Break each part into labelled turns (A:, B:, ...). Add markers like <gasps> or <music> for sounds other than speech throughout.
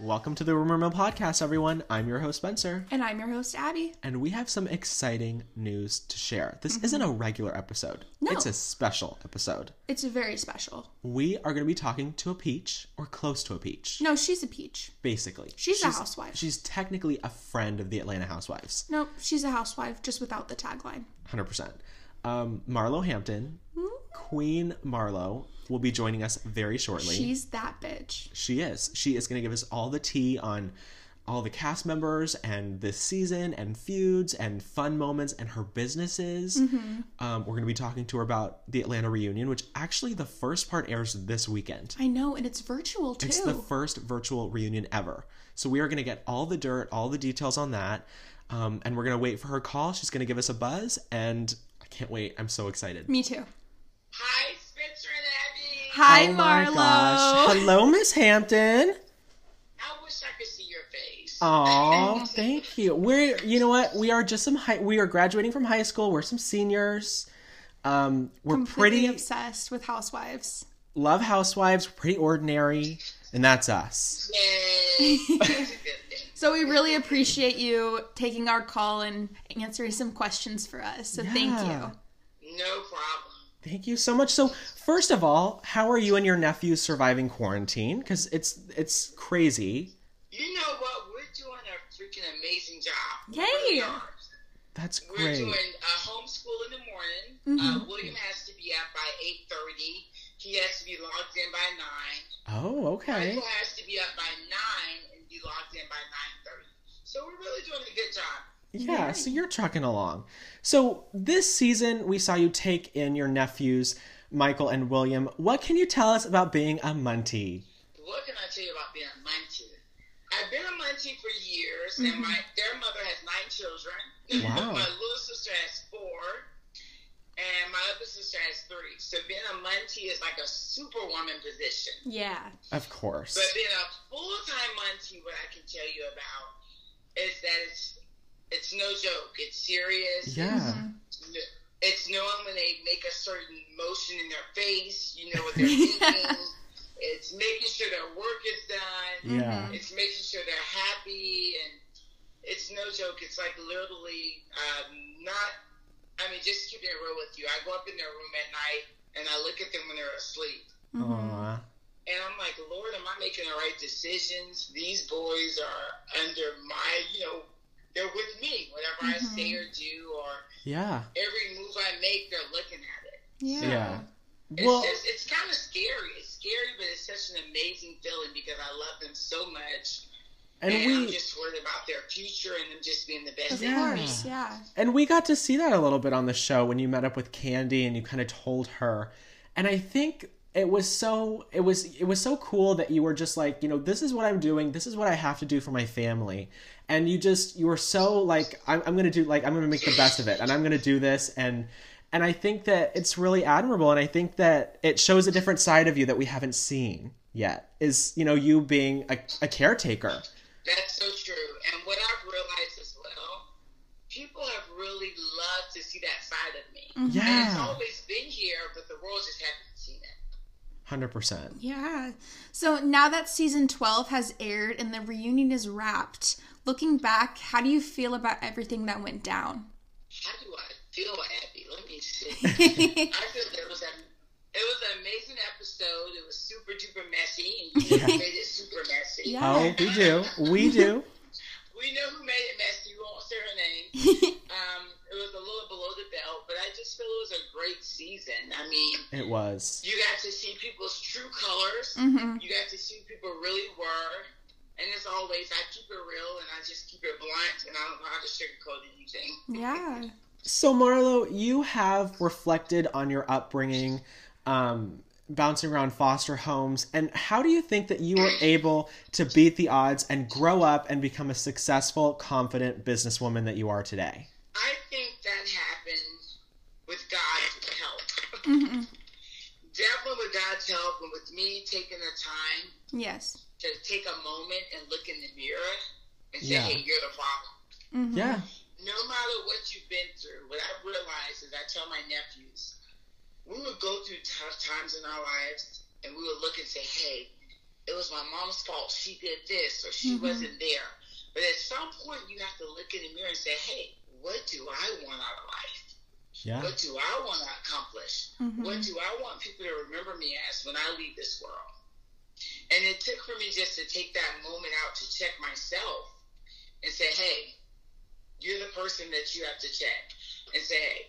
A: Welcome to the Rumor Mill Podcast, everyone. I'm your host, Spencer,
B: And I'm your host, Abby.
A: and we have some exciting news to share. This isn't a regular episode,
B: Mm-hmm. No.
A: it's a special episode.
B: It's very special.
A: We are going to be talking to a peach, or close to a peach,
B: No, she's a peach.
A: basically.
B: She's a housewife.
A: She's technically a friend of the Atlanta Housewives,
B: Nope, she's a housewife, just without the tagline.
A: 100%. Um, Marlo Hampton,
B: Hmm?
A: Queen Marlo, will be joining us very shortly.
B: She's that bitch.
A: She is. She is going to give us all the tea on all the cast members and this season and feuds and fun moments and her businesses.
B: Mm-hmm.
A: Um, we're going to be talking to her about the Atlanta reunion, which actually the first part airs this weekend.
B: I know, and it's virtual too.
A: It's the first virtual reunion ever. So we are going to get all the dirt, all the details on that. Um, and we're going to wait for her call. She's going to give us a buzz. And I can't wait. I'm so excited.
B: Me too.
C: Hi, Spencer and Abby.
B: Hi,
A: Oh my gosh.
B: <laughs> Marlo.
A: Hello, Miss Hampton.
C: I wish I could see your face.
A: Oh, thank you. We're you know what? We are just some high we are graduating from high school. We're some seniors. Um we're
B: Pretty
A: pretty
B: obsessed with housewives.
A: love housewives, pretty ordinary, and that's us.
C: Yay. That's a good thing.
B: So we really appreciate you taking our call and answering some questions for us. So thank
A: Yeah.
B: you.
C: No problem.
A: Thank you so much. So, first of all, how are you and your nephews surviving quarantine? Cuz it's it's crazy.
C: You know what? We're doing a freaking amazing job.
B: Yay.
A: That's
C: We're
A: great.
C: doing uh, homeschool in the morning. Uh, William has to be up by 8.30. He has to be logged in by 9.
A: Oh, okay.
C: Michael has to be up by 9 and be logged in by 9.30. So we're really doing a good job.
A: Yeah, so you're trucking along. So, this season we saw you take in your nephews, Michael and William. What can you tell us about being a Muntie?
C: what can I tell you about being a munchie? I've been a munchie for years, and my their mother has nine children.
A: Mm-hmm.
C: <laughs>
A: Wow.
C: my little sister has four, and my other sister has three. So being a munchie is like a superwoman position.
B: Yeah.
A: Of course.
C: But being a full time munchie, what I can tell you about is that it's it's no joke. It's serious.
A: Yeah.
C: It's, kn- it's knowing when they make a certain motion in their face. You
A: <laughs>
C: know what they're thinking. It's making sure their work is done.
B: Mm-hmm.
A: Yeah.
C: It's making sure they're happy, and it's no joke. It's like literally um, not. I mean, just keeping it real with you. I go up in their room at night and I look at them when they're asleep,
B: Mm-hmm.
A: Aw.
C: and I'm like, Lord, am I making the right decisions? These boys are under my, you know, they're with me. Whatever I say or do, or
A: Yeah.
C: every move I make, they're looking at it.
B: Yeah.
A: Yeah.
C: It's
A: Well,
C: just, it's kind of scary. It's scary, but it's such an amazing feeling because I love them so much.
A: and
C: and I'm
A: we
C: just worried about their future and them just being the best.
B: Of
C: they
A: Yeah.
C: can be.
B: course. Yeah.
A: and we got to see that a little bit on the show when you met up with Candy and you kind of told her. And I think it was so it was it was so cool that you were just like, you know, this is what I'm doing. This is what I have to do for my family. And you just you were so like I'm I'm going to do like I'm going to make the best of it and I'm going to do this and and I think that it's really admirable and I think that it shows a different side of you that we haven't seen yet is, you know, you being a, a caretaker.
C: That's so true. And what I've realized as well, people have really loved to see that side of me.
A: Mm-hmm.
C: And it's
A: Yeah.
C: always been here, but the world just hasn't seen it.
A: Hundred percent.
B: Yeah. So now that season 12 has aired and the reunion is wrapped, looking back, how do you feel about everything that went
A: <laughs>
B: down? <laughs>
C: How do I feel, Abby? Let me see.
B: yeah.
C: I feel it was a, it was an amazing episode. It was super duper messy, and you made it super messy.
B: Yeah.
A: Oh, we do. We do.
C: We know who made it messy. We won't say her name.
A: <laughs>
C: um, it was a little below the belt, but I just feel it was a great season. I mean,
A: It was.
C: you got to see people's true colors.
B: Mhm.
C: You got to see who people really were. And as always, I keep it real and I just keep it blunt, and I don't know how to sugarcoat anything.
B: Yeah.
A: So, Marlo, you have reflected on your upbringing, um, bouncing around foster homes, and how do you think that you were able to beat the odds and grow up and become a successful, confident businesswoman that you are today?
C: <laughs> I think that happened with God's help.
B: Mhm.
C: Definitely with God's help, and with me taking the time
B: Yes.
C: to take a moment and look in the mirror and say,
A: Yeah.
C: hey, you're the problem.
B: Mhm.
A: Yeah.
C: No matter what you've been through, what I've realized is I tell my nephews, we would go through tough times in our lives and we would look and say, hey, it was my mom's fault. She did this or she
B: Mhm.
C: wasn't there. But at some point, you have to look in the mirror and say, hey, what do I want out of life?
A: Yeah.
C: What do I want to accomplish?
B: Mhm.
C: What
A: Mm-hmm.
C: do I want people to remember me as when I leave this world? And it took for me just to take that moment out to check myself and say, hey, you're the person that you have to check. And say, hey,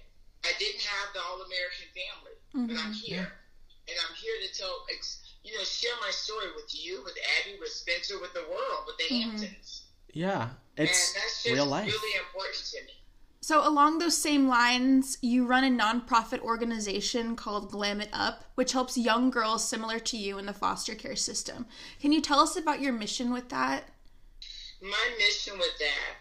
C: I didn't have the all American family, but
B: Mm-hmm.
C: I'm
A: Mm-hmm.
C: here. And I'm here to tell, ex- you know, share my story with you, with Abby, with Spencer, with the world, with the
B: Mhm.
C: Hamptons.
A: Yeah.
C: and that's
A: Mm-hmm. It's
C: just
A: real life.
C: really important to me.
B: So, along those same lines, you run a nonprofit organization called Glam It Up, which helps young girls similar to you in the foster care system. Can you tell us about your mission with that?
C: my mission with that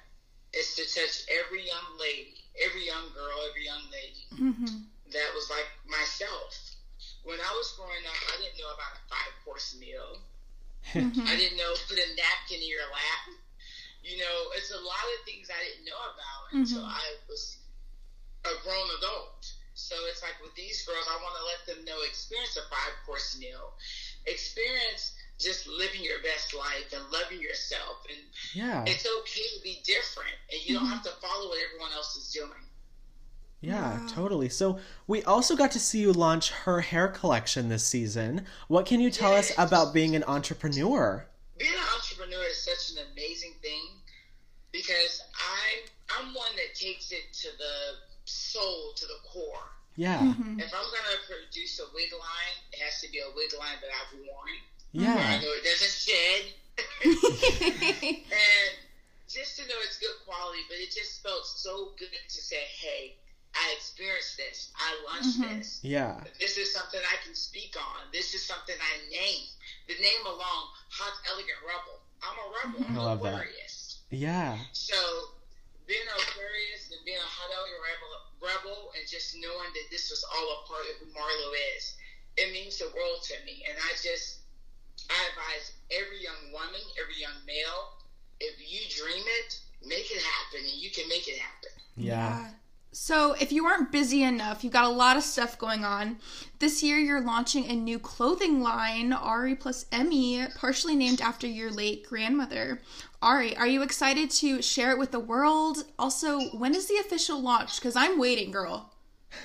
C: is to touch every young lady, every young girl, every young lady
B: Mm-hmm.
C: that was like myself. When I was growing up, I didn't know about a five course meal. I didn't know put a napkin in your lap. You know, it's a lot of things I didn't know about until I was a grown adult. So it's like with these girls, I want to let them know experience a five course meal, experience just living your best life and loving yourself and
A: Yeah.
C: it's okay to be different and you don't have to follow what everyone else is doing.
A: Yeah,
B: Wow.
A: totally. So we also got to see you launch her hair collection this season. What can you tell us
C: Yes.
A: about being an entrepreneur?
C: Being an entrepreneur is such an amazing thing because I'm I'm one that takes it to the soul, to the core.
A: Yeah.
B: Mm-hmm.
C: If I'm gonna produce a wig line, it has to be a wig line that I've worn. I
A: Yeah.
C: know it doesn't shed.
B: Mm-hmm. <laughs>
C: and just to know it's good quality, but it just felt so good to say, Hey, I experienced this, I launched
B: Mhm.
C: this.
A: Yeah.
C: This is something I can speak on. This is something I name. The name alone, hot, elegant rebel. I'm a rebel. I'm
A: I love that.
C: an Aquarius.
A: Yeah.
C: So being an Aquarius and being a hot, elegant rebel, rebel, and just knowing that this was all a part of who Marlo is, it means the world to me. And I just, I advise every young woman, every young male, if you dream it, make it happen, and you can make it happen.
A: Yeah.
B: Uh, So, if you aren't busy enough, you've got a lot of stuff going on. This year, you're launching a new clothing line, Ari plus Emmy, partially named after your late grandmother. Ari, are you excited to share it with the world? Also, when is the official launch? Because I'm waiting, girl.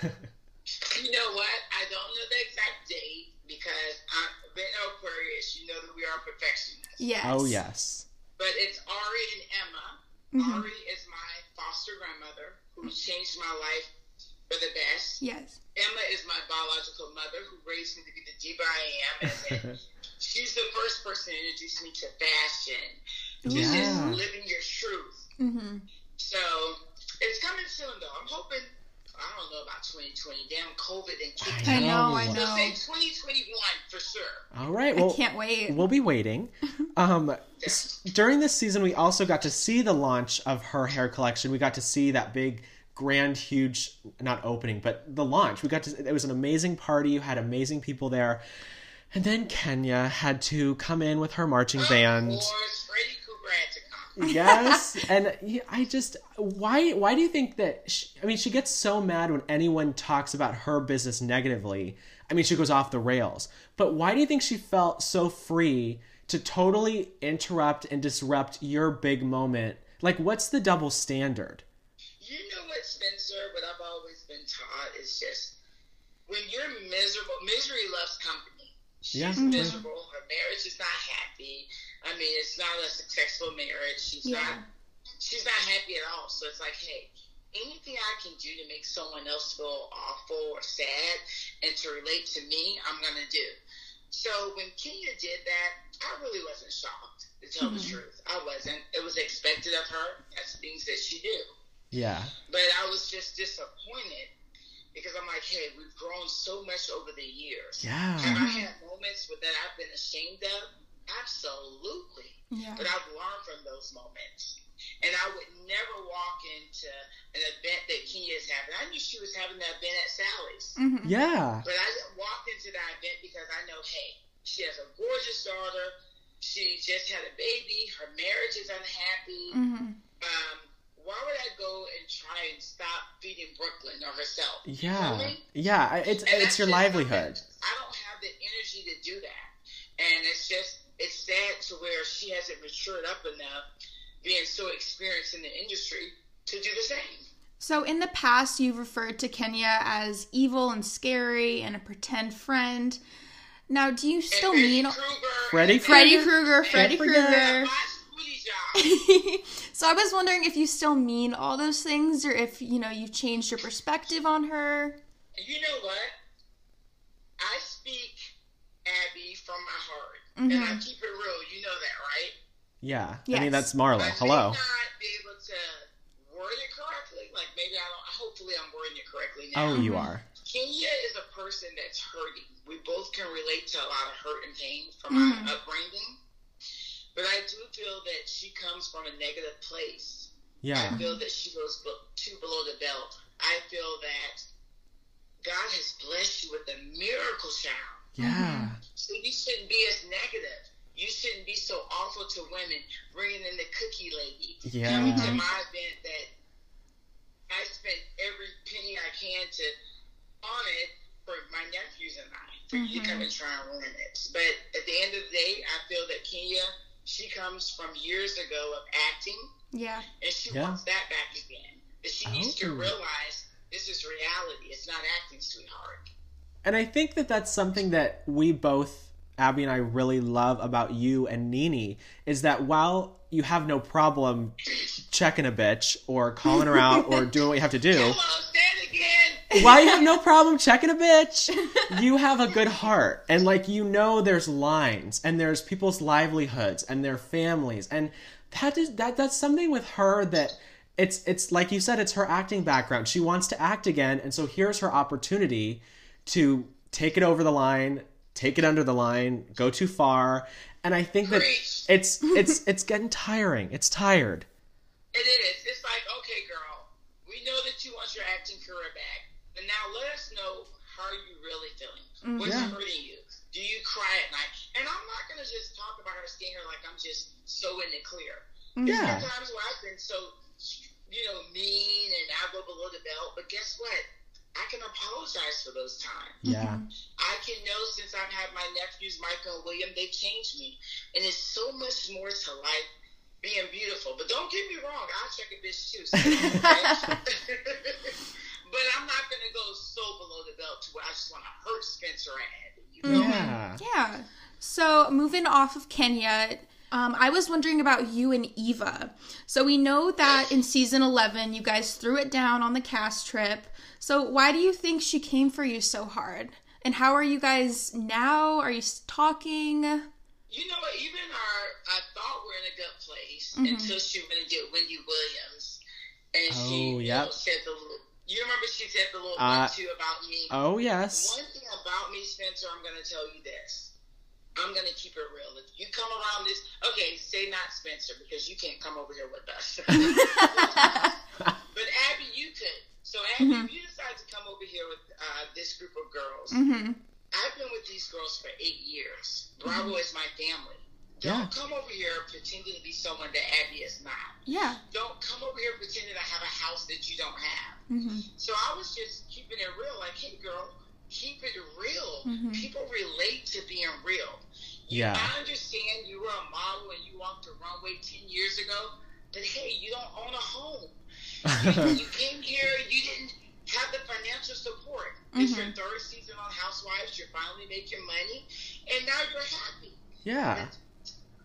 C: You know what? I don't know the exact date because I'm being an Aquarius. You know that we are perfectionists.
B: Yes.
A: Oh, yes.
C: But it's Ari and Emma.
B: Mhm.
C: Ari is my foster grandmother who changed my life for the best.
B: Yes.
C: Emma is my biological mother who raised me to be the diva I am. And she's the first person to introduce me to fashion, to just
A: Yeah.
C: living your truth.
B: Mm-hmm.
C: So it's coming soon, though. I'm hoping. I don't know about 2020. Damn, COVID and kicked.
B: I
A: I
B: know.
A: know.
B: I
C: They'll say
B: know.
C: 2021 for sure.
A: All right.
B: I
A: Well,
B: can't wait.
A: we'll be
B: <laughs>
A: waiting. Um, s- during this season, we also got to see the launch of her hair collection. We got to see that big, grand, huge, not opening, but the launch. We got to, it was an amazing party. You had amazing people there. And then Kenya had to come in with her marching
C: <gasps>
A: band. <gasps>
C: Or Freddie Cooper had to come.
A: yes and yeah, i just why why do you think that she, i mean she gets so mad when anyone talks about her business negatively i mean she goes off the rails but why do you think she felt so free to totally interrupt and disrupt your big moment like what's the double standard
C: You know what, Spencer? What I've always been taught is just when you're miserable, misery loves company. She's
A: Yeah. Mhm.
C: miserable. Her marriage is not happy. I mean, it's not a successful marriage. She's
B: Yeah.
C: not. She's not happy at all. So it's like, hey, anything I can do to make someone else feel awful or sad and to relate to me, I'm gonna do. So when Kenya did that, I really wasn't shocked. To tell the truth, I wasn't. It was expected of her. That's things that she do.
A: yeah
C: But I was just disappointed because I'm like, hey, we've grown so much over the years. Have
A: yeah
C: I had moments with that I've been ashamed of? Absolutely.
B: Yeah.
C: But I've learned from those moments. And I would never walk into an event that Kenya is having. I knew she was having that event at Sally's.
B: Mm-hmm.
A: yeah
C: But I walked into that event because I know, hey, she has a gorgeous daughter. She just had a baby. Her marriage is unhappy.
B: Mm-hmm.
C: Um, why would I go and try and stop feeding Brooklyn or herself? You feel
A: Yeah.
C: me?
A: Yeah. I- It's
C: And
A: it's
C: that's
A: your
C: just something-
A: livelihood.
C: I don't have the energy to do that. And it's just, it's sad to where she hasn't matured up enough, being so experienced in the industry, to do the same.
B: So, in the past, you've referred to Kenya as evil and scary and a pretend friend. Now, do you still
C: and
B: mean
A: Freddy
C: and-
B: Freddy
A: Krueger.
B: Krueger, Freddy
A: Can't forget.
B: Krueger? <laughs>
C: Watch Booty Job.
B: so, I was wondering if you still mean all those things or if, you know, you've changed your perspective on her.
C: And you know what? I speak Abby from my heart, and I
B: Mhm.
C: keep it real. You know that, right?
A: Yeah. I
B: Yes.
A: mean that's Marla.
C: I
A: Hello.
C: may not be able to word it correctly. Like maybe I don't. Hopefully, I'm wording it correctly now.
A: Oh, you are.
C: Kenya is a person that's hurting. We both can relate to a lot of hurt and pain from
B: Mhm.
C: our upbringing. But I do feel that she comes from a negative place. I
A: Yeah.
C: feel that she goes be- too below the belt. I feel that God has blessed you with a miracle child.
A: Yeah.
C: So you shouldn't be as negative. You shouldn't be so awful to women, bringing in the cookie lady.
A: Yeah.
C: Coming to my event that I spent every penny I can to on it for my nephews and I, for you to come and try and ruin it. But at the end of the day, I feel that Kenya, she comes from years ago of acting,
B: Yeah.
C: and she
A: Yeah.
C: wants that back again. But she needs to
A: Oh.
C: realize this is reality. It's not acting, sweetheart.
A: And I think that that's something that we both, Abby and I, really love about you and Nini is that while you have no problem checking a bitch or calling her out or doing what you have to
C: <laughs>
A: do,
C: Hello, stand again.
A: while you have no problem checking a bitch, you have a good heart. And like, you know, there's lines and there's people's livelihoods and their families. And that is, that, that's something with her that it's, it's like you said, it's her acting background. She wants to act again. And so here's her opportunity to take it over the line, take it under the line, go too far. And I think that
C: Preach.
A: it's, it's, it's getting tiring. It's tired.
C: It is. It's like, okay, girl, we know that you want your acting career back, but now let us know how you really feeling. What's
A: Mm-hmm. Yeah.
C: hurting you? Do you cry at night? And I'm not gonna just talk about her skin here like I'm just so in the clear.
A: Yeah.
C: Sometimes where I've been so, you know, mean and I go below the belt, but guess what? I can apologize for those times.
A: Yeah.
C: I can know since I've had my nephews, Michael and William, they've changed me. And it's so much more to life being beautiful. But don't get me wrong, I'll check a bitch too. so- <laughs> but I'm not going to go so below the belt to where I just want to hurt Spencer and Abby. You know?
A: Yeah.
B: Yeah. So moving off of Kenya, um, I was wondering about you and Eva. So we know that in season 11, you guys threw it down on the cast trip. So why do you think she came for you so hard? And how are you guys now? Are you s-
A: <laughs>
B: talking?
C: You know, even our, I thought we're in a good place
B: Mhm.
C: until she went and did Wendy Williams. And she
A: Oh,
C: you
A: yep.
C: know, said the little, you remember she said the little
A: Uh,
C: one too about me?
A: Oh, yes.
C: One thing about me, Spencer, I'm gonna tell you this. I'm gonna keep it real. If you come around this, okay, say not Spencer because you can't come over here with
A: <laughs>
C: us. but Abby, you could. So Abby,
A: Mm-hmm.
C: if you decide to come over here with uh, this group of girls,
B: hmm
C: I've been with these girls for eight years. Bravo is my family. Don't
A: Mm-hmm. Yeah.
C: come over here pretending to be someone that Abby is not.
B: Yeah.
C: Don't come over here pretending I have a house that you don't have.
B: hmm
C: So I was just keeping it real, like, hey, girl, keep it real.
B: Mhm.
C: People relate to being real.
A: Yeah. <laughs>
C: I understand you were a model and you walked the runway 10 years ago, but hey, you don't own a home. you came here, you didn't have the financial support. It's your third season on Housewives, you're finally making money, and now you're happy.
A: yeah.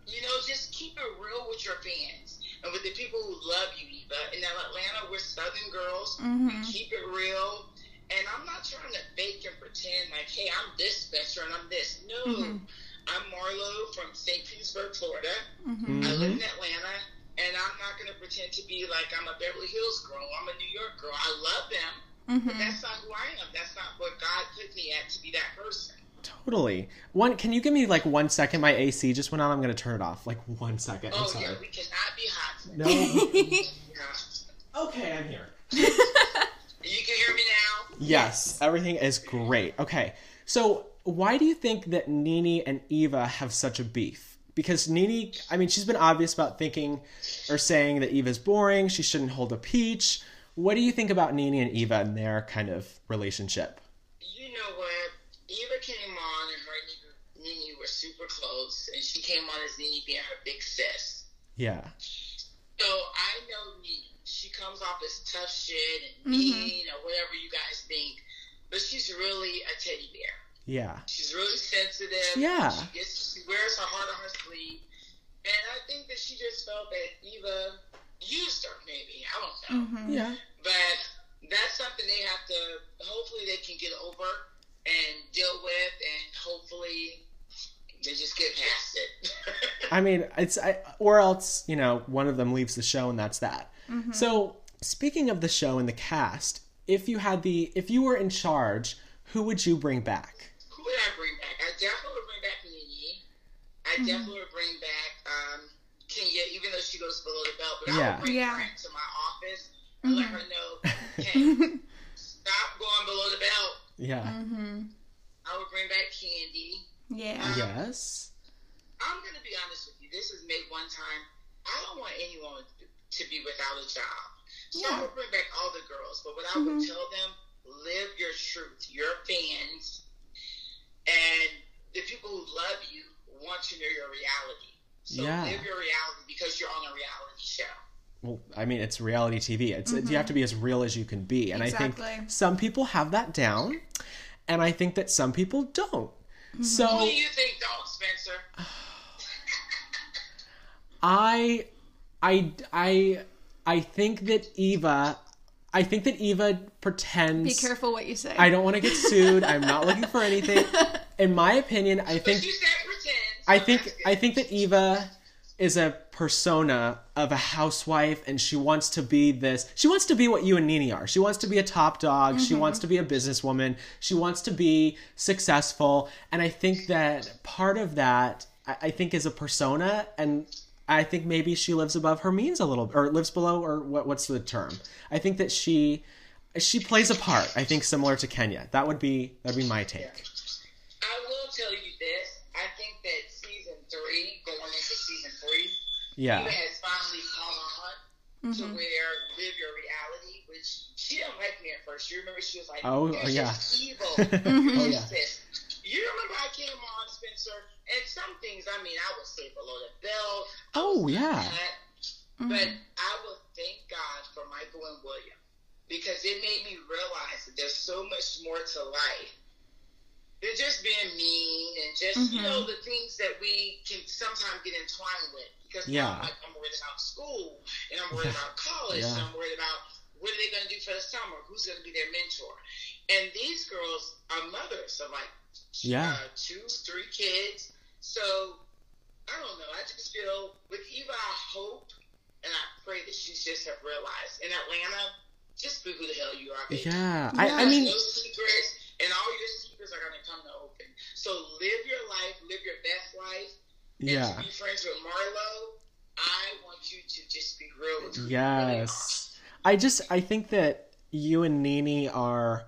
C: You know, just keep it real with your fans and with the people who love you, Eva. And in Atlanta, we're Southern girls.
B: Mhm.
C: We keep it real. And I'm not trying to fake and pretend like, hey, I'm this Spencer and I'm this. No,
B: Mhm.
C: I'm Marlo from St. Petersburg, Florida.
B: hmm
C: I live
A: Mhm.
C: in Atlanta, and I'm not going to pretend to be like I'm a Beverly Hills girl. I'm a New York girl. I love them, but
B: hmm
C: that's not who I am. That's not what God put me at to be that person.
A: Totally. One, can you give me like one second? My AC just went on. I'm gonna turn it off. Like one second. I'm
C: oh
A: sorry.
C: yeah, we cannot be hot.
A: No.
B: Mm-hmm.
A: <laughs>
C: Yeah.
A: okay, I'm here.
C: You can hear me now.
A: Yes, everything is great. Okay, so why do you think that Nini and Eva have such a beef? because Nini, I mean, she's been obvious about thinking or saying that Eva's boring, she shouldn't hold a peach. What do you think about Nini and Eva and their kind of relationship?
C: You know what? Eva came on and her and Nini were super close, and she came on as Nini being her big sis.
A: Yeah.
C: So I know Nini. She comes off as tough shit and mean or whatever you guys think, but she's really a teddy bear.
A: Yeah.
C: She's really sensitive.
A: Yeah.
C: She, gets, she wears her heart on her sleeve. And I think that she just felt that Eva used her, maybe. I don't know.
B: <laughs> Mm-hmm.
A: Yeah.
C: But that's something they have to, hopefully, they can get over and deal with, and hopefully, they just get past it. <laughs>
A: I mean, it's I, or else you know one of them leaves the show and that's that.
B: Mm-hmm.
A: So speaking of the show and the cast, if you had the if you were in charge, who would you bring back?
C: Who would I bring back? I definitely would bring back Nene. I definitely would bring back um, Kenya, even though she goes below the belt. But I
A: Yeah.
C: would bring
B: Yeah.
C: her into my office and let her know, hey, stop going below the belt.
A: Yeah.
B: Mm-hmm.
C: I would bring back Candy.
B: Yeah.
A: Yes.
C: I'm going to be honest with you. This is made one time. I don't want anyone to be without a job. So
B: Yeah.
C: I would bring back all the girls. But what I would
A: Mm-hmm.
B: Mhm.
C: tell them, live your truth. Your fans and the people who love you want to know your reality. So
A: Yeah.
C: live your reality because you're on a reality show.
A: Well, I mean, it's reality TV. It's you have to be as real as you can be, and I
B: Mm-hmm. Exactly.
A: think some people have that down, and I think that some people don't.
C: Who
B: Mm-hmm.
A: So
C: do you think, Dalton Spencer?
A: I, I, I, I think that Eva, I think that Eva pretends.
B: Be careful what you say.
A: I don't want to get sued. I'm not looking for anything. In my opinion, I
C: But
A: think
C: you said pretend. so
A: I
C: that's
A: think
C: good.
A: I think that Eva is a persona of a housewife and she wants to be this she wants to be what you and Nini are. She wants to be a top dog, she wants to be a businesswoman, she wants to be successful. And I think that part of that I, I think is a persona and I think maybe she lives above her means a little or lives below or what what's the term? I think that she she plays a part, I think similar to Kenya. That would be that'd be my take.
C: I will tell you this. I think that season three, going into season three,
A: Yeah. <laughs>
C: Eva has finally caught on to where live your reality, which she didn't like me at first. You remember she was like,
A: Oh,
C: "You're
A: yeah.
C: just evil.
A: <laughs> Oh,
B: Mm-hmm.
C: You're
A: yeah.
C: just this." You remember I came on Spencer, and some things. I mean, I would say below the belt. I
A: Oh,
C: would say
A: yeah.
C: that, But
A: Mm-hmm.
C: I will thank God for Michael and William because it made me realize that there's so much more to life. They're just being mean and just
A: Mm-hmm.
B: Mhm.
C: you know the things that we can sometimes get entwined with because
A: Yeah.
C: now I'm, like, I'm worried about school and I'm worried
A: <laughs>
C: about college and
A: Yeah.
C: I'm worried about what are they going to do for the summer? Who's going to be their mentor? And these girls are mothers of like
A: Yeah.
C: uh, two, three kids. So I don't know. I just feel with Eva, I hope and I pray that she just have realized in Atlanta, just be who the hell you are. Baby.
A: Yeah. I, I
B: Yeah.
A: mean
C: no secrets, and all your secrets are going to come to open. So live your life, live your best life. And
A: Yeah.
C: to be friends with Marlo, I want you to just be real with who you really are.
A: Yes. I just I think that you and Nini are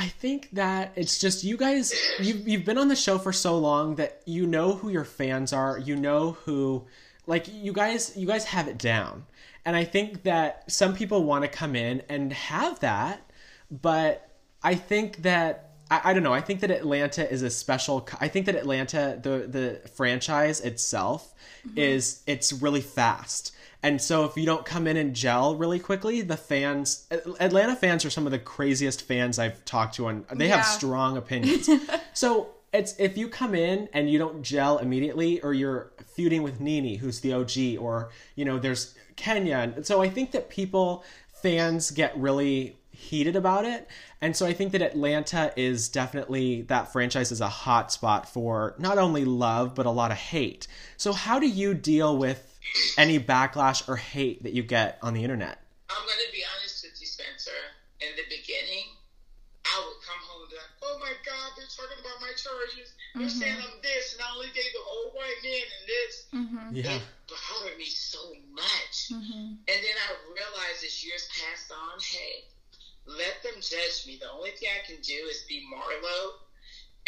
A: I think that it's just you guys you've you've been on the show for so long that you know who your fans are, you know who like you guys you guys have it down. And I think that some people want to come in and have that, but I think that I, I don't know. I think that Atlanta is a special. c- I think that Atlanta, the the franchise itself, is it's really fast. And so if you don't come in and gel really quickly, the fans, At- Atlanta fans are some of the craziest fans I've talked to, and they have
B: Yeah.
A: strong opinions. so it's if you come in and you don't gel immediately, or you're feuding with Nini, who's the OG, or you know there's Kenya. And so I think that people fans get really heated about it. And so I think that Atlanta is definitely that franchise is a hot spot for not only love but a lot of hate. So how do you deal with any backlash or hate that you get on the internet?
C: I'm going to be honest with you, Spencer. In the beginning, I would come home and be like, oh my God, they're talking about my charges. They're saying I'm this, and I only dated the old white man and this.
B: Mm-hmm.
A: Yeah.
C: It bothered me so much. And then I realized as years passed on, hey, let them judge me. The only thing I can do is be Marlo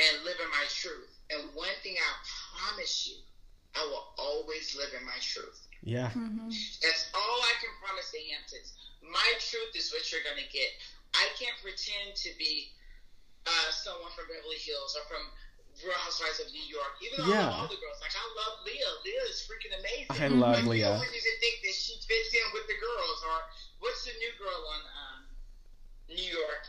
C: and live in my truth. And one thing I promise you, I will always live in my truth.
B: <laughs>
A: Yeah.
B: Mm-hmm.
C: That's all I can promise the Hamptons. My truth is what you're going to get. I can't pretend to be uh, someone from Beverly Hills or from Real Housewives of New York. Even though
A: Yeah.
C: I love all the girls, like I love Leah. Leah is freaking amazing.
A: I love
C: Like, <laughs>
A: Leah.
C: We don't even think that she fits in with the girls. Or what's the new girl on um, New York?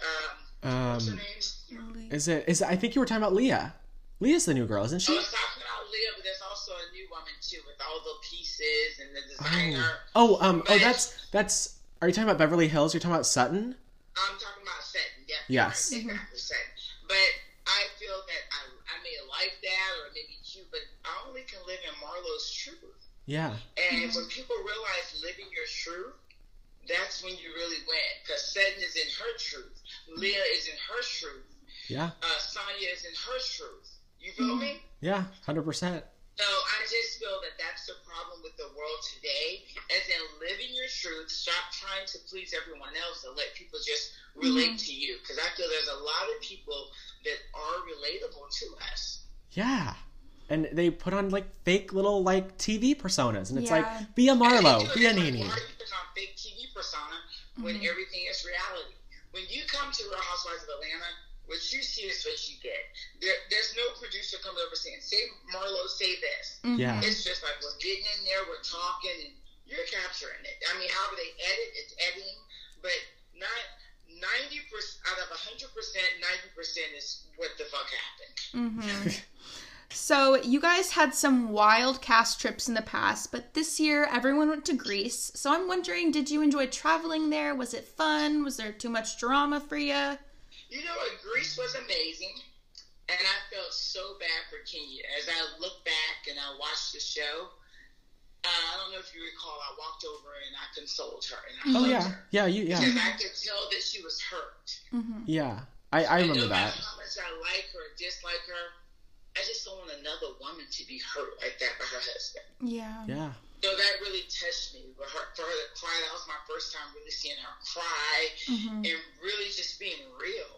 C: Um, what's her
A: Um,
C: name?
A: is it? Is I think you were talking about Leah. Leah's the new girl, isn't
C: I
A: she?
C: was talking about Leah, but there's also a new woman too with all the pieces and the designer.
A: Oh, um, oh,
C: But-
A: that's that's. Are you talking about Beverly Hills? You're talking about Sutton?
C: I'm talking about setting, yeah.
A: Yes.
C: Right, exactly, setting. But I feel that I, I may like that or maybe you, but I only can live in Marlowe's truth.
A: Yeah.
C: And when people realize living your truth, that's when you really win. Because Setting is in her truth, Leah is in her truth,
A: Yeah.
C: uh, Sonia is in her truth. You feel me?
A: Yeah. Hundred percent.
C: So I just feel that that's the problem with the world today, as in living your truth. Stop trying to please everyone else and let people just relate
A: Mm-hmm.
C: to you. Because I feel there's a lot of people that are relatable to us.
A: Yeah. And they put on like fake little like TV personas, and it's
B: Yeah.
A: like be a
C: And
A: Marlowe,
C: they do
A: be a
C: it, like,
A: Nene. Mm-hmm.
C: why are you putting on fake TV persona when everything is reality? When you come to Real Housewives of Atlanta, what you see is what you get. There, there's no producer coming over saying, "Say Marlo, say this."
A: Yeah.
C: It's just like we're getting in there, we're talking, and you're capturing it. I mean, however they edit, it's editing, but not ninety percent out of hundred percent, ninety percent is what the fuck happened.
B: Mm-hmm. So, you guys had some wild cast trips in the past, but this year everyone went to Greece. So, I'm wondering, did you enjoy traveling there? Was it fun? Was there too much drama for you?
C: You know what? Greece was amazing, and I felt so bad for Kenya as I look back and I watched the show. Uh, I don't know if you recall, I walked over and I consoled her and I
A: Oh
C: hugged
A: yeah.
C: her
A: Yeah. You.
C: because <laughs>
A: Yeah.
C: I could tell that she was hurt.
A: Yeah. I I remember
C: no matter
A: that.
C: how much I like her, or dislike her, I just don't want another woman to be hurt like that by her husband.
B: Yeah.
A: Yeah.
C: So that really touched me. For her, for her to cry, that was my first time really seeing her cry and really just being real.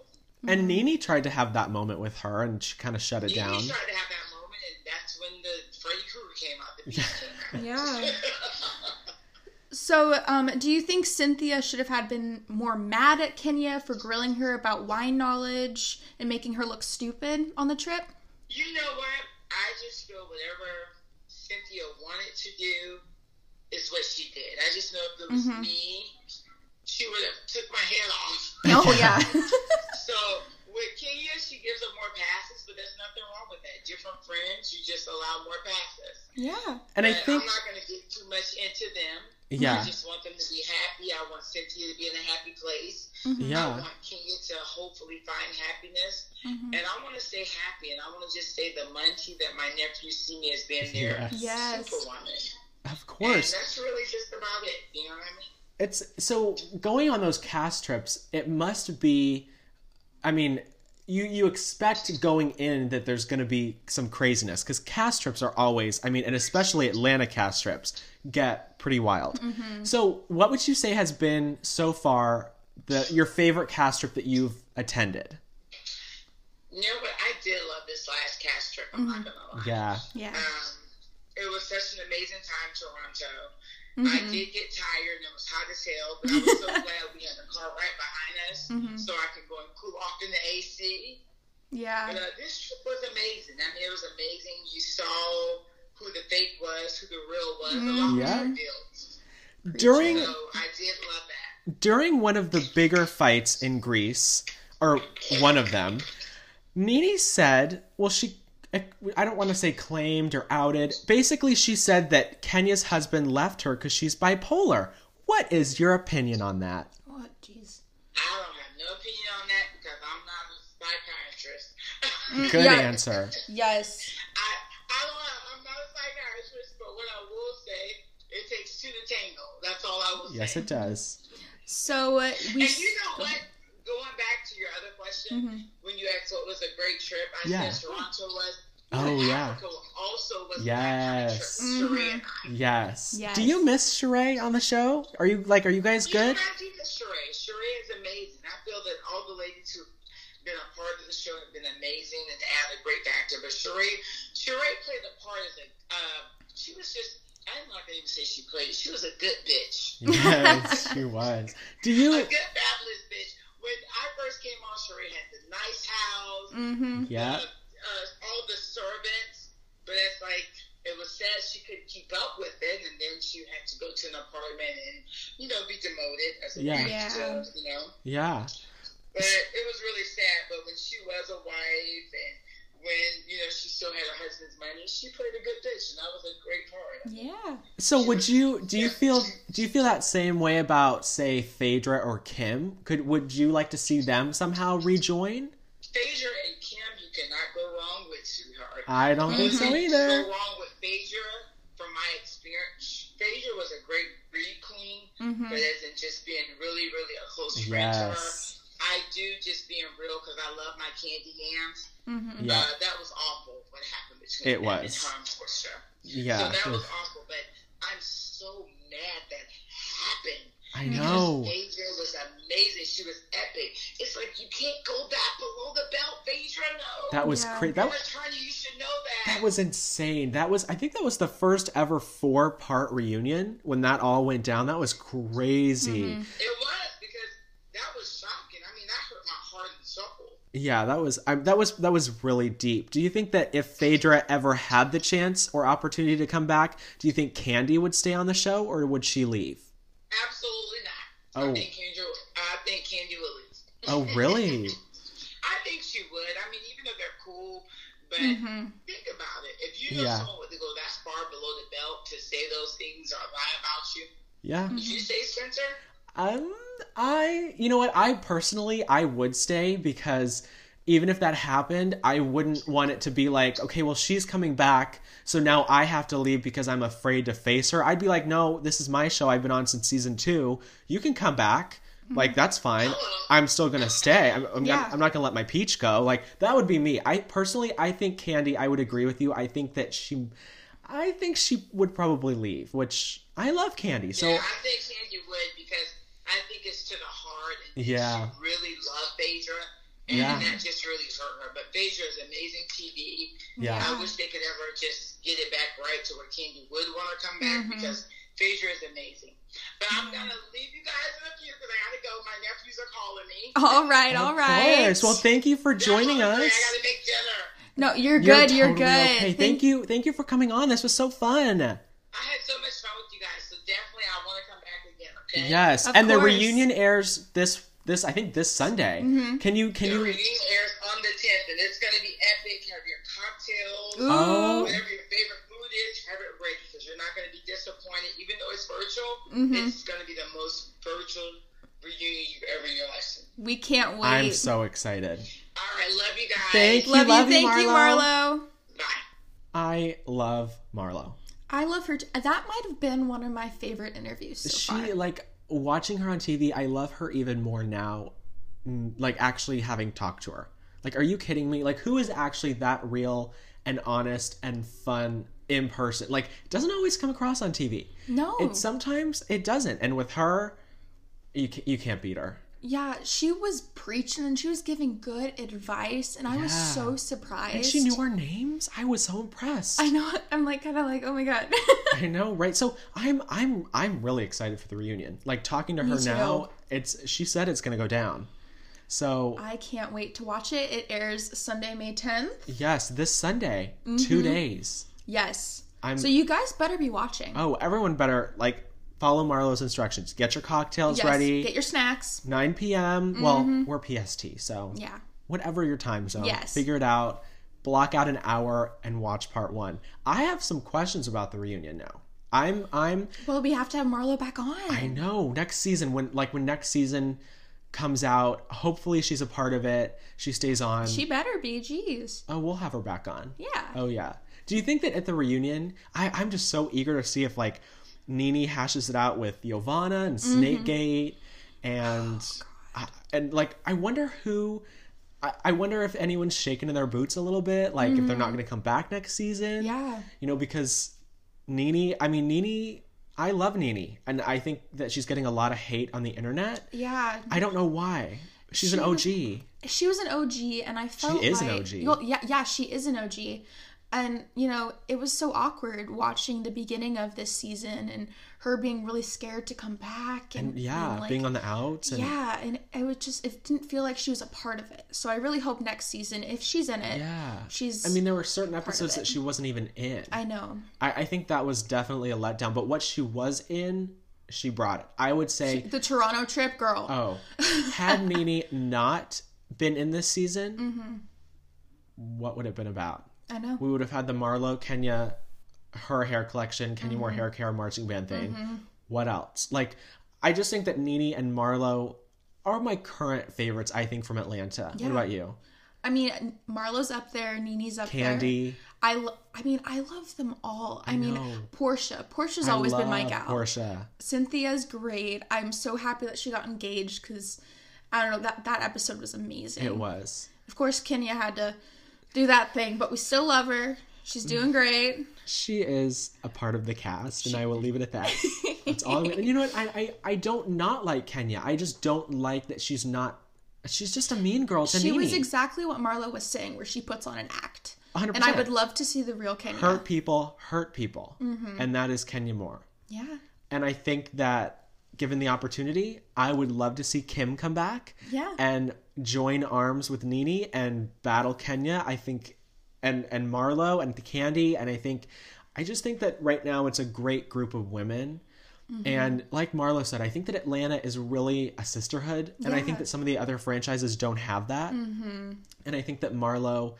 A: And Nene tried to have that moment with her, and she kind of shut it
C: Nene
A: down.
C: tried to have that moment, and that's when the Freddy Krueger came
A: <laughs>
C: out. The beast came out.
B: Yeah.
C: <laughs>
B: So, um, do you think Cynthia should have had been more mad at Kenya for grilling her about wine knowledge and making her look stupid on the trip?
C: You know what? I just feel whatever Cynthia wanted to do is what she did. I just know if it was
A: Mm-hmm.
C: me, she would have took my head off.
A: <laughs>
B: Oh <laughs> yeah.
C: So with Kenya, she gives up more passes, but there's nothing wrong with that. Different friends, you just allow more passes.
B: yeah.
A: And I
C: But
A: think
C: I'm not going to get too much into them.
A: Yeah.
C: I just want them to be happy. I want Cynthia to be in a happy place. I
A: Mm-hmm. yeah. Mm-hmm.
C: want Kenya to hopefully find happiness. And I want to stay happy. And I want to just say the munchie that my nephew see me as being their
A: Yes.
B: Yes.
C: superwoman.
A: Of
C: And
A: course.
C: that's really just about it. You know what I mean?
A: It's so going on those cast trips, it must be I mean, you you expect going in that there's going to be some craziness cuz cast trips are always, I mean, and especially Atlanta cast trips get pretty wild.
B: Mm-hmm.
A: So, what would you say has been so far the your favorite cast trip that you've attended?
C: You know what? I did love this last cast trip. I'm not going to lie.
A: Mm-hmm. Yeah.
B: Yeah.
C: Um, it was such an amazing time, Toronto.
B: Mm-hmm.
C: I
A: Mm-hmm.
C: did get tired and it was hot as hell, but I was
A: <laughs>
C: so glad we had the car right behind us
A: Mm-hmm.
C: so I could go and cool off in the AC.
B: Yeah.
C: But uh, this trip was amazing. I mean, it was amazing. You saw who the fake was, who the real was. A lot
A: Mm-hmm. Yeah.
C: was revealed.
A: During
C: So I did love that.
A: during one of the bigger fights in Greece, or one of them, Nini said, well, she, I don't want to say claimed or outed. Basically, she said that Kenya's husband left her because she's bipolar. What is your opinion on that?
B: Oh jeez.
C: I don't have no opinion on that because I'm not a psychiatrist.
A: Good
B: Yeah.
A: answer.
B: Yes.
C: <laughs> I, I don't have, I'm not a psychiatrist, but what I will say, it takes two to tango. That's all I will say.
A: Yes, it does.
B: So uh, we. Mm-hmm.
C: And you know what? Going back to your other question, when you asked what was a great trip, I
A: Mm-hmm. Yeah.
C: said Toronto was.
A: Oh,
C: but
A: yeah.
C: Africa also was
A: Yes. Mm-hmm.
C: that kind of trip. Sharia and I.
A: Yes.
B: Yes.
A: Do you miss Sheree on the show? Are you like, are you guys
C: You know,
A: good?
C: I do miss Sheree. Sheree is amazing. I feel that all the ladies who been a part of the show have been amazing and add a great actor. But Sheree, Sheree played the part as a, uh, she was just, I'm not going to even say she played, she was a good bitch.
A: Yes, she was. Do you?
C: A good, fabulous bitch. When I first came on, Sheree had the nice house,
B: Mm-hmm.
A: Yeah.
C: uh, uh, all the servants, but it's like it was sad she couldn't keep up with it, and then she had to go to an apartment and you know be demoted as a
A: Yeah.
C: wife,
B: Yeah.
C: so, you know.
A: Yeah.
C: But it was really sad. But when she was a wife and when you know she still had her husband's money, she played a good bitch, and that was a great part.
B: Yeah.
A: So would you do you feel do you feel that same way about say Phaedra or Kim? Could would you like to see them somehow rejoin?
C: Phaedra and Kim, you cannot go wrong with, sweetheart.
A: I don't think so
C: Nothing
A: either.
C: Go wrong with Phaedra from my experience. Phaedra was a great breed queen,
B: Mm-hmm.
C: but as in just being really, really a close friend to her.
A: Yes.
C: I do just being real because I love my candy yams.
B: Mm-hmm.
A: Yeah.
C: Uh, that was awful what happened between
A: It
C: them and
A: was.
C: Tom Forster. So
A: Yeah.
C: that was awful, but I'm so mad that happened.
A: I
C: Because
A: know.
C: Phaedra was amazing. She was epic. It's like you can't go back below the belt, Phaedra. No.
A: That was
B: Yeah.
A: crazy.
C: You're
A: That
C: a attorney, you should know that.
A: That was insane. That was I think that was the first ever four part reunion when that all went down. That was crazy.
C: It was because that was shocking. I mean, that hurt my heart and soul.
A: Yeah, that was I, that was that was really deep. Do you think that if Phaedra ever had the chance or opportunity to come back, do you think Candy would stay on the show or would she leave?
C: Absolutely not.
A: Oh.
C: I think Kendra. I think Candy will leave.
A: Oh, really?
C: I think she would. I mean, even though they're cool, but
B: Mm-hmm.
C: think about it. If you know
A: Yeah.
C: someone would go that far below the belt to say those things or lie about you,
A: Yeah.
C: did you say Spencer?
A: Um, I, you know what? I personally, I would stay because even if that happened, I wouldn't want it to be like, okay, well, she's coming back, so now I have to leave because I'm afraid to face her. I'd be like, no, this is my show. I've been on since season two. You can come back. Like, that's fine. I'm still gonna stay. I'm, I'm,
B: Yeah.
A: not, I'm not gonna let my peach go. Like, that would be me. I personally, I think Candy, I would agree with you. I think that she, I think she would probably leave, which I love Candy. So,
C: yeah, I think Candy would because I think it's to the heart. And
A: Yeah.
C: She really loved Phaedra. And
A: Yeah.
C: that just really hurt her. But Phaedra is amazing TV.
A: yeah.
C: I wish they could ever just get it back right to where Candy would want to come back
B: Mhm.
C: because Phaedra is amazing. But I'm going to leave you guys in a few because I got to go. My nephews are calling me.
B: All right.
A: Of
B: All right.
A: course. Well, thank you for joining
C: I'm
A: us.
C: hungry. I got to make dinner.
B: no, you're good. You're,
A: totally
B: good.
A: Okay. Thank you. Thank you for coming on. This was so fun.
C: I had so much fun with you guys, so definitely I want to come back again, okay?
A: Yes.
B: Of
A: and the
B: course.
A: reunion airs this this I think this Sunday.
B: Mm-hmm.
A: Can you can
C: The
A: you
C: reunion airs on the 10th, and it's going to be epic. Have your cocktails.
B: Ooh.
A: Oh.
C: Whatever your favorite food is, have it ready because you're not going to be disappointed. Even though it's virtual,
B: Mhm.
C: it's going to be the most virtual reunion you've ever in your life.
B: We can't wait.
A: I'm so excited.
C: All right, love you guys.
A: Thank
B: love,
A: We love
B: you.
A: you,
B: Thank you,
A: Marlo.
B: Marlo.
C: Bye.
A: I love Marlo.
B: I love her. T- that might have been one of my favorite interviews so
A: she
B: far.
A: like watching her on TV, I love her even more now mm, like actually having talked to her. Like are you kidding me? Like who is actually that real and honest and fun in person? Like it doesn't always come across on TV.
B: No.
A: It sometimes it doesn't. And with her, you ca- you can't beat her.
B: yeah, she was preaching and she was giving good advice, and I was
A: Yeah.
B: so surprised.
A: And she knew our names. I was so impressed.
B: <laughs> I know. I'm like kind of like, oh my god. <laughs>
A: I know, right? So I'm I'm I'm really excited for the reunion. Like talking to her
B: too.
A: now, it's she said it's gonna go down. So
B: I can't wait to watch it. It airs Sunday, May 10th.
A: yes, this Sunday, two days.
B: Yes.
A: I'm
B: Mm-hmm. So you guys better be watching.
A: oh everyone better like follow Marlo's instructions. Get your cocktails
B: yes.
A: ready.
B: Get Mm-hmm. your snacks.
A: 9 p.m. Well, we're PST, so
B: Yeah.
A: whatever your time zone.
B: Yes.
A: Figure it out. Block out an hour and watch part one. I have some questions about the reunion now. I'm I'm
B: Well, we have to have Marlo back on.
A: I know next season when like when next season comes out, hopefully she's a part of it. She stays on.
B: She better be. Jeez.
A: oh, we'll have her back on.
B: Yeah.
A: Oh yeah. Do you think that at the reunion, I, I'm just so eager to see if like Nini hashes it out with Giovanna and
B: Mm-hmm.
A: Snakegate, and
B: Oh,
A: I, and like I wonder who. I- I wonder if anyone's shaken in their boots a little bit, like if they're not going to come back next season.
B: Mm-hmm. Yeah.
A: You know, because Nini, I mean, Nini, I love Nini, and I think that she's getting a lot of hate on the internet.
B: Yeah.
A: I don't know why. She's
B: She
A: an OG.
B: was- she was an OG, and I felt
A: is an
B: like,
A: OG.
B: Well, yeah, yeah, she is an OG, and you know it was so awkward watching the beginning of this season and her being really scared to come back and,
A: yeah,
B: and, like,
A: being on the outs and
B: yeah, and it was just it didn't feel like she was a part of it. So I really hope next season if she's in it,
A: yeah.
B: she's.
A: I mean, there were certain episodes
B: it.
A: that she wasn't even in.
B: I know
A: I, I think that was definitely a letdown. But what she was in, she brought it. I would say,
B: the Toronto trip, girl. <laughs>
A: oh, had Nini not been in this season,
B: Mm-hmm.
A: what would it have been about?
B: I know.
A: We would have had the Marlo Kenya, her hair collection, Kenya
B: Mm-hmm.
A: Moore hair care marching band thing. What else? Like, I just think that Nini and Marlo are my current favorites. I think from Atlanta.
B: Yeah.
A: What about you?
B: I mean, Marlo's up there, Nini's up there.
A: Candy.
B: I, lo- I mean, I love them all. I, mean,
A: know.
B: Portia. Portia's
A: I
B: always been my
A: love
B: gal.
A: Portia.
B: Cynthia's great. I'm so happy that she got engaged because I don't know that that episode was amazing.
A: It was.
B: Of course, Kenya had to do that thing, but we still love her.
A: Mm.
B: She's doing great.
A: She is a part of the cast, and I will leave it at
B: <laughs>
A: that. That's all. I'm, and you know what? I, I I don't not like Kenya. I just don't like that she's not. She's just a mean girl to
B: She
A: Nene.
B: was exactly what Marlo was saying, where she puts on an act.
A: 100%.
B: And I would love to see the real Kenya.
A: hurt people, hurt people,
B: Mm-hmm.
A: and that is Kenya Moore.
B: Yeah.
A: And I think that given the opportunity, I would love to see Kim come back.
B: Yeah.
A: And join arms with Nini and battle Kenya. I think and and Marlo and the Candy and I think I just think that right now it's a great group of women.
B: Mm-hmm.
A: And like Marlo said, I think that Atlanta is really a sisterhood. And I
B: Yeah. Mm-hmm.
A: think that some of the other franchises don't have that. And I think that Marlo,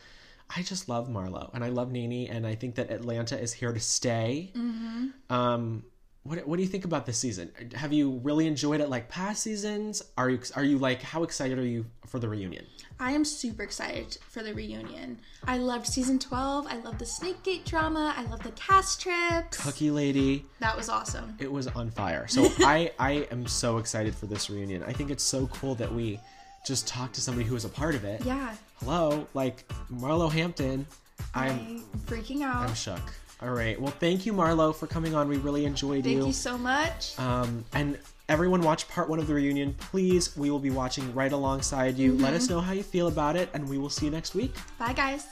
A: I just love Marlo and I love Nene. And I think that Atlanta is here to stay.
B: Mm-hmm.
A: Um, what, what do you think about this season? Have you really enjoyed it like past seasons? Are you are you like how excited are you for the reunion?
B: I am super excited for the reunion. I loved season 12. I loved the Snake Gate drama. I loved the cast trips.
A: Cookie Lady,
B: That was awesome.
A: it was on fire.
B: <laughs>
A: So I I am so excited for this reunion. I think it's so cool that we just talked to somebody who was a part of it.
B: Yeah.
A: Hello, like Marlo Hampton. I'm
B: I'm freaking out.
A: I'm shook. All right. Well, thank you Marlo for coming on. We really enjoyed
B: Thank you so much.
A: Um, and everyone watch part one of the reunion, please.
B: Mm-hmm.
A: We will be watching right alongside you. Let us know how you feel about it, and we will see you next week.
B: Bye, guys.